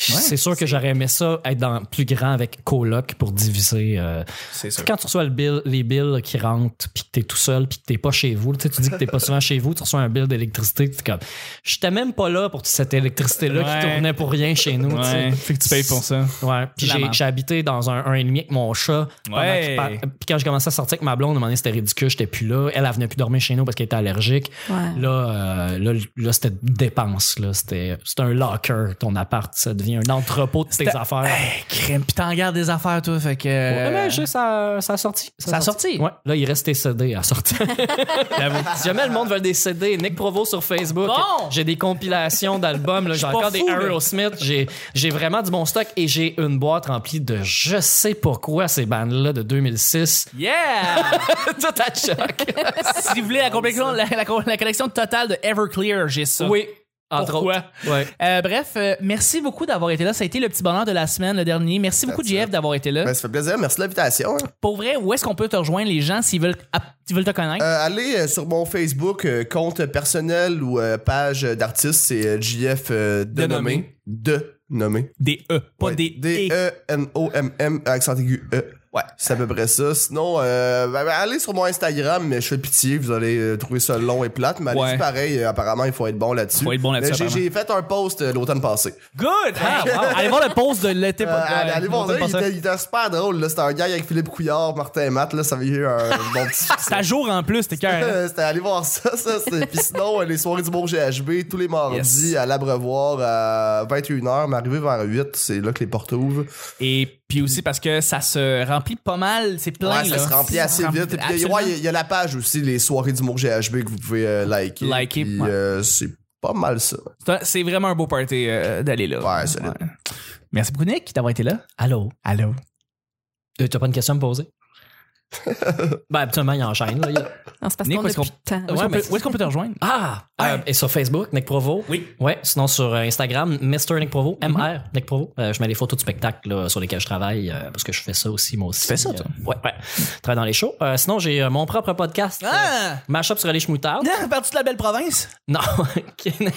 Speaker 1: Ouais,
Speaker 3: c'est sûr que j'aurais aimé ça être dans plus grand avec coloc pour diviser. euh,
Speaker 1: C'est sûr.
Speaker 3: quand tu reçois le bill, les bills qui rentrent, puis que t'es tout seul, puis que t'es pas chez vous, tu sais, tu dis que t'es pas souvent chez vous, tu reçois un bill d'électricité, tu es comme, j'étais même pas là pour cette électricité-là qui
Speaker 1: Ouais.
Speaker 3: tournait pour rien chez nous. tu sais.
Speaker 1: Ouais. Fait que tu payes pour ça.
Speaker 3: Ouais. Puis
Speaker 1: La
Speaker 3: j'ai,
Speaker 1: marde.
Speaker 3: j'ai habité dans un un et demi avec mon chat. pendant
Speaker 1: Ouais.
Speaker 3: qu'il par- Puis quand j'ai commencé à sortir avec ma blonde, à un moment donné, c'était ridicule, j'étais plus là. Elle, elle venait plus dormir chez nous parce qu'elle était allergique.
Speaker 2: Ouais.
Speaker 3: Là, euh, là, là, c'était dépense. Là. C'était, c'était un locker, ton appart. Ça devient un entrepôt de tes
Speaker 1: C'était-
Speaker 3: affaires.
Speaker 1: Hey, Eh, crème. Puis t'en gardes des affaires, toi. Fait que. euh,
Speaker 3: Ouais, mais juste, ça, ça a sorti.
Speaker 1: Ça a sorti?
Speaker 3: Ouais. Là, il reste tes CD à sortir.
Speaker 1: J'avoue.
Speaker 3: si jamais le monde veut des CD, Nick Provo sur Facebook.
Speaker 1: Bon!
Speaker 3: J'ai des compilations d'albums. Là. J'ai
Speaker 1: pas
Speaker 3: encore des
Speaker 1: fou, là.
Speaker 3: Aerosmith. J'ai, j'ai vraiment du bon stock et j'ai une boîte remplie de je sais pas quoi, ces bandes-là de 2006.
Speaker 1: Yeah!
Speaker 3: Tout à choc.
Speaker 1: si vous voulez la, collection- la, la- la collection totale de Everclear, j'ai ça.
Speaker 3: oui. Entre
Speaker 1: Pourquoi?
Speaker 3: autres. Ouais.
Speaker 1: Euh, bref, euh, merci beaucoup d'avoir été là. Ça a été le petit bonheur de la semaine, le dernier. Merci beaucoup,
Speaker 4: That's it.
Speaker 1: JF, d'avoir été là.
Speaker 4: Ben, ça fait plaisir. Merci de l'invitation. hein.
Speaker 1: Pour vrai, où est-ce qu'on peut te rejoindre, les gens, s'ils veulent, ah, s'ils veulent te connaître?
Speaker 4: Euh, allez euh, sur mon Facebook, euh, compte personnel ou euh, page euh, d'artiste, c'est euh, JF euh, Denommé. Denommé.
Speaker 1: Des E, pas
Speaker 4: Ouais.
Speaker 1: des
Speaker 4: D.
Speaker 1: E.
Speaker 4: E N O M M accent aigu E. Ouais, c'est à peu près ça. Sinon, euh, ben, ben, allez sur mon Instagram, mais je fais pitié, vous allez euh, trouver ça long et plate, mais allez
Speaker 1: Ouais.
Speaker 4: pareil, euh, apparemment, il faut être bon là-dessus.
Speaker 1: Faut être bon là-dessus,
Speaker 4: Mais j'ai-
Speaker 1: apparemment.
Speaker 4: J'ai fait un post euh, l'automne passé.
Speaker 1: Good! Ah, wow. Allez voir le post de l'été.
Speaker 4: Euh, allez, allez voir ça, il était, il était super drôle. là. C'était un gars avec Philippe Couillard, Martin et Matt, là, ça avait eu un bon petit
Speaker 1: C'est à jour en plus, t'es cœur.
Speaker 4: Euh, C'était aller voir ça, ça. c'est- Puis sinon, euh, les soirées du Bourg GHB, tous les mardis
Speaker 1: Yes.
Speaker 4: à l'Abrevoir à 21h, mais arrivé vers 8, c'est là que les portes ouvrent.
Speaker 1: Et puis aussi parce que ça se remplit pas mal, c'est plein.
Speaker 4: Ouais,
Speaker 1: là.
Speaker 4: ça se remplit assez
Speaker 1: remplit
Speaker 4: vite. Et puis, il y a-
Speaker 1: absolument.
Speaker 4: ouais, il y a- il y, a la page aussi, les soirées du Bourg GHB que vous pouvez euh, liker.
Speaker 1: Liker,
Speaker 4: Puis,
Speaker 1: ouais.
Speaker 4: euh, c'est pas mal ça.
Speaker 1: C'est un- C'est vraiment un beau party euh, d'aller là.
Speaker 4: Ouais, solide.
Speaker 1: Merci beaucoup, Nick, d'avoir été là.
Speaker 3: Allô?
Speaker 1: Allô?
Speaker 3: Euh, T'as pas une question à me poser? Ben, habituellement, il enchaîne. Là. Il-
Speaker 2: Non, c'est parce
Speaker 1: Nick,
Speaker 2: qu'on
Speaker 1: où
Speaker 2: a
Speaker 1: est-ce
Speaker 2: plus de temps.
Speaker 1: Où est-ce qu'on
Speaker 3: mais-
Speaker 1: peut- où est-ce qu'on peut te rejoindre?
Speaker 3: Ah! euh, et sur Facebook, Nick Provo.
Speaker 1: Oui.
Speaker 3: Ouais, sinon sur euh, Instagram, Mr. Nick Provo, MR
Speaker 1: Mm-hmm.
Speaker 3: Nick Provo. Euh, je mets les photos de spectacle là, sur lesquels je travaille euh, parce que je fais ça aussi, moi aussi. Tu
Speaker 1: fais ça, toi?
Speaker 3: ouais, ouais. Je travaille dans les shows. Euh, sinon, j'ai euh, mon propre podcast. euh,
Speaker 1: Ah!
Speaker 3: Mashup sur les schmoutards.
Speaker 1: Ah, parti de la belle province?
Speaker 3: Non, qui n'est-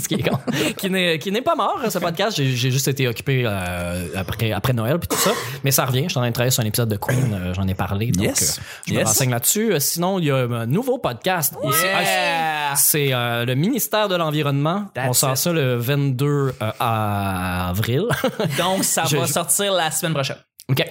Speaker 3: ce qui est con. Qui n'est, qui n'est pas mort, ce podcast. J'ai, j'ai juste été occupé euh, après, après Noël puis tout ça. Mais ça revient. Je suis en train de travailler sur un épisode de Queen. euh, j'en ai parlé. Donc,
Speaker 1: Yes.
Speaker 3: euh, je me
Speaker 1: Yes.
Speaker 3: renseigne là-dessus. Euh, Sinon, il y a un nouveau podcast. aussi. Ah,
Speaker 1: Yeah!
Speaker 3: c'est euh, le ministère de l'Environnement.
Speaker 1: That's
Speaker 3: On sort
Speaker 1: it.
Speaker 3: ça le 22 euh, avril.
Speaker 1: Donc, ça
Speaker 3: Je-
Speaker 1: va
Speaker 3: je-
Speaker 1: sortir la semaine prochaine.
Speaker 3: OK.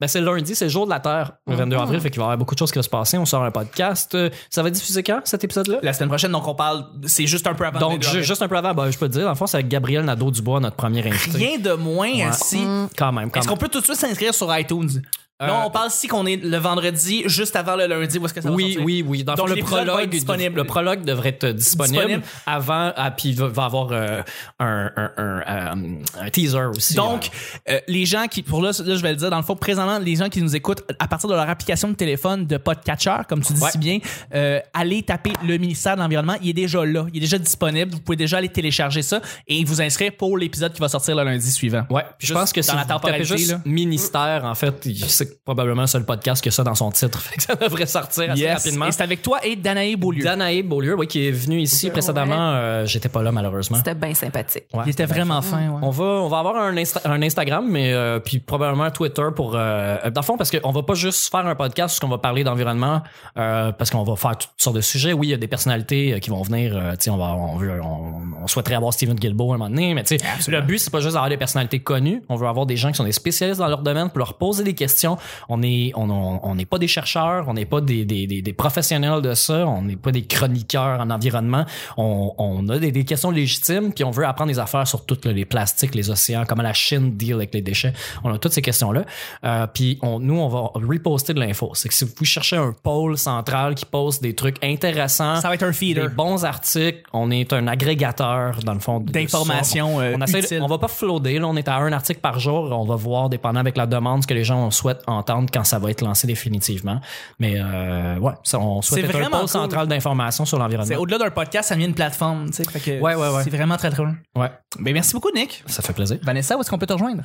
Speaker 3: Ben c'est lundi, c'est le jour de la Terre,
Speaker 1: Ah.
Speaker 3: le 22 avril. Fait qu'il va y avoir beaucoup de choses qui vont se passer. On sort un podcast. Euh, Ça va diffuser quand, cet épisode-là?
Speaker 1: La semaine prochaine, donc on parle, c'est juste un peu avant.
Speaker 3: Donc,
Speaker 1: de-
Speaker 3: ju- juste un peu avant, ben, je peux te dire, dans le fond, c'est avec Gabriel Nadeau-Dubois, notre premier invité.
Speaker 1: Rien de moins
Speaker 3: Ouais.
Speaker 1: si.
Speaker 4: Mm,
Speaker 3: Quand même, quand
Speaker 1: Est-ce
Speaker 3: même.
Speaker 1: qu'on peut tout de suite s'inscrire sur iTunes?
Speaker 3: Euh,
Speaker 1: Là, on parle si qu'on est le vendredi, juste avant le lundi, où est-ce que ça va
Speaker 3: Oui,
Speaker 1: sortir?
Speaker 3: oui, oui. Dans le
Speaker 1: Donc,
Speaker 3: fond, le
Speaker 1: l'épisode va être
Speaker 3: prologue,
Speaker 1: disponible.
Speaker 3: le prologue devrait être disponible,
Speaker 1: Disponible.
Speaker 3: avant, ah, puis il va- va avoir euh, un, un- un, euh, un teaser aussi.
Speaker 1: Donc, euh, les gens qui, pour là, là, je vais le dire, dans le fond, présentement, les gens qui nous écoutent à partir de leur application de téléphone de podcatcher, comme tu dis
Speaker 3: Ouais.
Speaker 1: si bien, euh, allez taper le ministère de l'Environnement. Il est déjà là. Il est déjà disponible. Vous pouvez déjà aller télécharger ça et vous inscrire pour l'épisode qui va sortir le lundi suivant.
Speaker 3: Ouais, puis je
Speaker 1: Juste
Speaker 3: pense que si
Speaker 1: dans la
Speaker 3: vous tapez
Speaker 1: temporalité,
Speaker 3: juste
Speaker 1: là.
Speaker 3: ministère, en fait, il- c'est probablement le seul podcast qui a ça dans son titre. Fait que ça devrait sortir assez
Speaker 1: Yes.
Speaker 3: rapidement.
Speaker 1: Et c'est avec toi et Danae Beaulieu.
Speaker 3: Danae Beaulieu, oui, qui est venu ici précédemment. Euh, J'étais pas là, malheureusement.
Speaker 2: C'était bien sympathique.
Speaker 3: Ouais,
Speaker 1: Il était vraiment fin, ouais.
Speaker 3: On va, on va avoir un, Insta- un Instagram, mais euh, puis probablement un Twitter pour. Euh, dans le fond, parce qu'on va pas juste faire un podcast parce qu'on va parler d'environnement, euh, parce qu'on va faire toutes sortes de sujets. Oui, il y a des personnalités euh, qui vont venir. euh, tu sais, on va, on veut, on, on souhaiterait avoir Steven Guilbeault un moment donné, mais tu sais, le but c'est pas juste d'avoir des personnalités connues. On veut avoir des gens qui sont des spécialistes dans leur domaine pour leur poser des questions. On est, on, on on n'est pas des chercheurs, on n'est pas des, des, des, des professionnels de ça, on n'est pas des chroniqueurs en environnement. On, on a des, des questions légitimes, puis on veut apprendre des affaires sur toutes là, les plastiques, les océans, comment la Chine deal avec les déchets. On a toutes ces questions-là. Euh, puis on, nous, on va reposter de l'info. C'est que si vous cherchez un pôle central qui poste des trucs intéressants,
Speaker 1: Ça va être un
Speaker 3: des
Speaker 1: feeder.
Speaker 3: bons articles, on est un agrégateur dans le fond de- de
Speaker 1: D'informations,
Speaker 3: ça.
Speaker 1: euh,
Speaker 3: On, on, essaie de-
Speaker 1: utiles.
Speaker 3: on va pas floader, là, on est à un article par jour, on va voir dépendant avec la demande ce que les gens souhaitent entendre quand ça va être lancé définitivement. Mais euh, ouais, ça, on souhaite
Speaker 1: C'est
Speaker 3: être un
Speaker 1: vraiment
Speaker 3: pôle
Speaker 1: cool.
Speaker 3: central d'information sur
Speaker 1: C'est
Speaker 3: l'environnement.
Speaker 1: au-delà d'un podcast, ça devient une plateforme. tu sais, fait que
Speaker 3: Ouais, ouais, ouais.
Speaker 1: C'est vraiment très drôle.
Speaker 3: Ouais,
Speaker 1: Mais merci beaucoup, Nick.
Speaker 3: ça fait plaisir.
Speaker 1: Vanessa, où est-ce qu'on peut te rejoindre?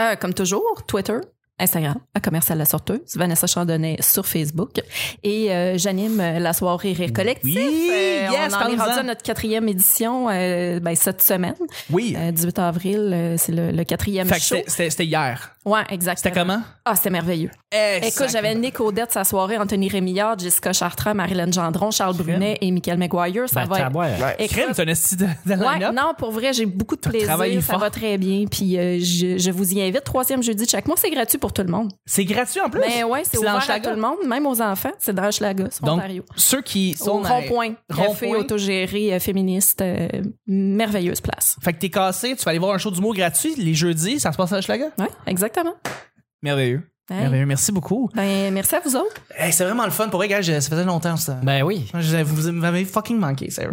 Speaker 2: Euh, comme toujours, Twitter, Instagram, à commercial la sorteuse, Vanessa Chandonnet sur Facebook. Et euh, j'anime euh, la soirée Rire Collectif. Euh,
Speaker 1: Oui, yes,
Speaker 2: on en est
Speaker 1: parle-nous-en.
Speaker 2: rendu à notre quatrième édition euh, ben, cette semaine.
Speaker 1: Oui.
Speaker 2: Euh, 18 avril, euh, c'est le, le quatrième
Speaker 1: Fait que
Speaker 2: show.
Speaker 1: c'était- c'était c'était hier.
Speaker 2: Ouais, exactement.
Speaker 1: C'était comment?
Speaker 2: Ah, c'était merveilleux. Écoute, j'avais Nick Odette sa soirée, Anthony Rémillard, Jessica Chartrand, Marilyn Gendron, Charles Brunet et Michael McGuire. Ça
Speaker 3: Ben,
Speaker 2: va être...
Speaker 3: tabarouette.
Speaker 4: Ouais.
Speaker 2: Écoute,
Speaker 1: Crème, c'est un esti de, de
Speaker 2: Ouais,
Speaker 1: line-up.
Speaker 2: non, pour vrai, j'ai beaucoup de plaisir.
Speaker 1: travaillé
Speaker 2: Ça
Speaker 1: fort.
Speaker 2: va très bien. Puis euh, je, je vous y invite. Troisième jeudi de chaque mois, c'est gratuit pour tout le monde.
Speaker 1: C'est gratuit en plus.
Speaker 2: Mais ouais, c'est
Speaker 1: dans
Speaker 2: ouvert à
Speaker 1: Hochelaga.
Speaker 2: tout le monde, même aux enfants. C'est dans Hochelaga, c'est
Speaker 1: Donc,
Speaker 2: Ontario.
Speaker 1: ceux qui sont
Speaker 2: Au
Speaker 1: à-
Speaker 2: rond-point, café
Speaker 1: Rond-point.
Speaker 2: autogéré euh, féministe, euh, merveilleuse place.
Speaker 1: Fait que t'es cassé, tu vas aller voir un show d'humour gratuit les jeudis, ça se passe à Hochelaga.
Speaker 2: Ouais, exactement.
Speaker 1: Merveilleux.
Speaker 2: Hey.
Speaker 1: Merveilleux, merci beaucoup.
Speaker 2: Ben, merci à vous autres.
Speaker 1: Hey, c'est vraiment le fun pour vrai, gars, je- ça faisait longtemps ça.
Speaker 3: Ben oui.
Speaker 1: Je- vous m'avez fucking manqué, Sarah.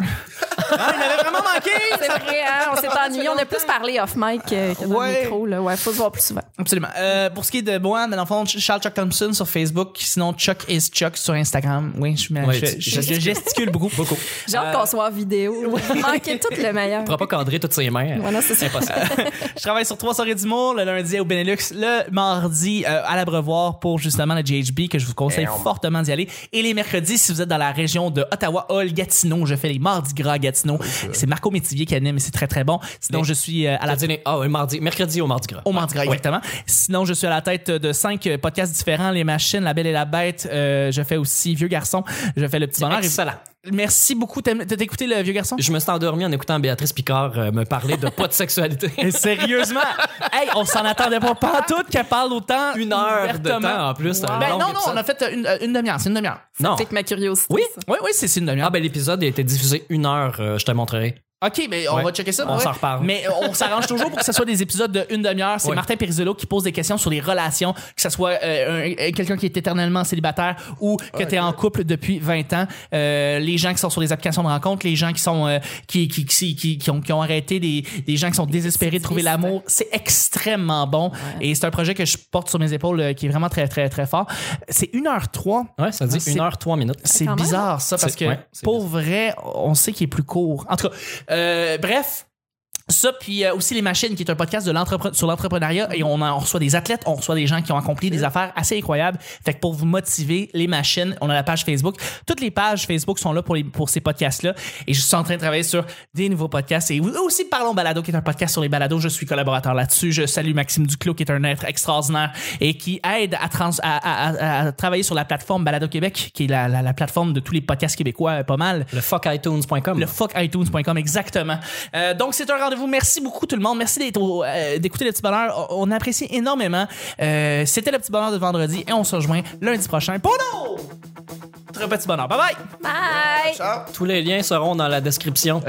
Speaker 1: ah, il m'avait vraiment manqué!
Speaker 2: C'est vrai, hein? on s'est ennuyé. On a plus parlé off mic euh, que, que dans
Speaker 1: Ouais.
Speaker 2: le micro. Là. Ouais, faut se voir plus souvent.
Speaker 1: Absolument. Euh, pour ce qui est de moi, dans le fond, Ch- Charles Chuck Thompson sur Facebook, sinon Chuck is Chuck sur Instagram. Oui, je, me-
Speaker 3: Ouais,
Speaker 1: je-
Speaker 3: tu-
Speaker 1: je- je gesticule beaucoup. beaucoup.
Speaker 2: J'ai hâte qu'on soit en vidéo. Manquez tout le meilleur.
Speaker 3: On pourra pas cadrer toutes ses mains.
Speaker 2: Voilà, c'est ça.
Speaker 1: Je travaille sur trois soirées d'humour le lundi au Benelux, le mardi euh, à l'abreuvoir pour justement le GHB que je vous conseille
Speaker 4: Merde.
Speaker 1: fortement d'y aller. Et les mercredis, si vous êtes dans la région de Ottawa, Hall, Gatineau, je fais les mardis gras à Gatineau. C'est Marco Métivier qui anime et c'est très très bon. Sinon,
Speaker 3: Oh, Mais-
Speaker 1: je suis euh, à
Speaker 3: La
Speaker 1: la
Speaker 3: dîner. Ah oui, mardi, mercredi au mardi gras.
Speaker 1: au Mardi Gras,
Speaker 3: Ouais.
Speaker 1: exactement. Sinon, je suis à la tête de cinq euh, podcasts différents Les Machines, La Belle et la Bête. Euh, je fais aussi Vieux Garçon. Je fais Le Petit Bonheur.
Speaker 3: Excellent.
Speaker 1: Merci beaucoup. T'aimes- T'as écouté Le Vieux Garçon?
Speaker 3: Je me suis endormi en écoutant Béatrice Picard euh, me parler de pas de sexualité.
Speaker 1: Et sérieusement, hey, on s'en attendait pas pantoute qu'elle parle autant
Speaker 3: Une heure de
Speaker 1: ouvertement.
Speaker 3: temps en plus. un
Speaker 1: Ben
Speaker 3: long
Speaker 1: non, non,
Speaker 3: épisode.
Speaker 1: on a fait une, euh, une demi-heure, c'est une demi-heure.
Speaker 3: Non.
Speaker 2: Fait que ma curiosité.
Speaker 1: Oui,
Speaker 2: ça.
Speaker 1: oui, oui, c'est c'est une demi-heure.
Speaker 3: Ah ben l'épisode a été diffusé une heure, euh, je te montrerai.
Speaker 1: OK, mais on
Speaker 3: Ouais.
Speaker 1: va checker ça.
Speaker 3: On
Speaker 1: ouais.
Speaker 3: s'en reparle.
Speaker 1: Mais euh, on s'arrange toujours pour que ce soit des épisodes de une demi-heure. C'est
Speaker 3: Ouais.
Speaker 1: Martin Perisolo qui pose des questions sur les relations, que ce soit euh, un- quelqu'un qui est éternellement célibataire ou que tu es en couple depuis 20 ans, euh, les gens qui sont sur les applications de rencontre, les gens qui sont euh, qui, qui, qui, qui- qui ont, qui ont arrêté, des, des gens qui sont désespérés de trouver
Speaker 2: Triste.
Speaker 1: l'amour. C'est extrêmement bon. Et c'est un projet que je porte sur mes épaules euh, qui est vraiment très, très, très fort. C'est 1h03.
Speaker 3: Ouais, ça dit
Speaker 1: C'est-
Speaker 3: 1 heure 3 minutes.
Speaker 1: C'est
Speaker 2: Ah, quand même.
Speaker 1: bizarre ça parce
Speaker 3: C'est-
Speaker 1: que
Speaker 3: ouais, c'est
Speaker 1: pour vrai, on sait qu'il est plus court. En tout cas, euh, bref. Ça, puis euh, aussi Les Machines, qui est un podcast de l'entrepre- sur l'entrepreneuriat, et on, en- on reçoit des athlètes, on reçoit des gens qui ont accompli des affaires assez incroyables. Fait que pour vous motiver, Les Machines, on a la page Facebook. Toutes les pages Facebook sont là pour, les- pour ces podcasts-là. Et je suis en train de travailler sur des nouveaux podcasts. Et aussi Parlons Balado, qui est un podcast sur les balados. Je suis collaborateur là-dessus. Je salue Maxime Duclos, qui est un être extraordinaire et qui aide à, trans- à- à- à- à travailler sur la plateforme Balado Québec, qui est la, la- la plateforme de tous les podcasts québécois, euh, pas mal.
Speaker 3: Le fuckitunes.com.
Speaker 1: Le fuckitunes.com, exactement. Euh, donc, c'est un rendez-vous. Merci beaucoup, tout le monde. Merci d'être au- euh, d'écouter le petit bonheur. On on apprécie énormément. Euh, C'était le petit bonheur de vendredi et on se rejoint lundi prochain pour notre petit bonheur. Bye bye!
Speaker 2: Bye!
Speaker 4: Ciao.
Speaker 3: Tous les liens seront dans la description.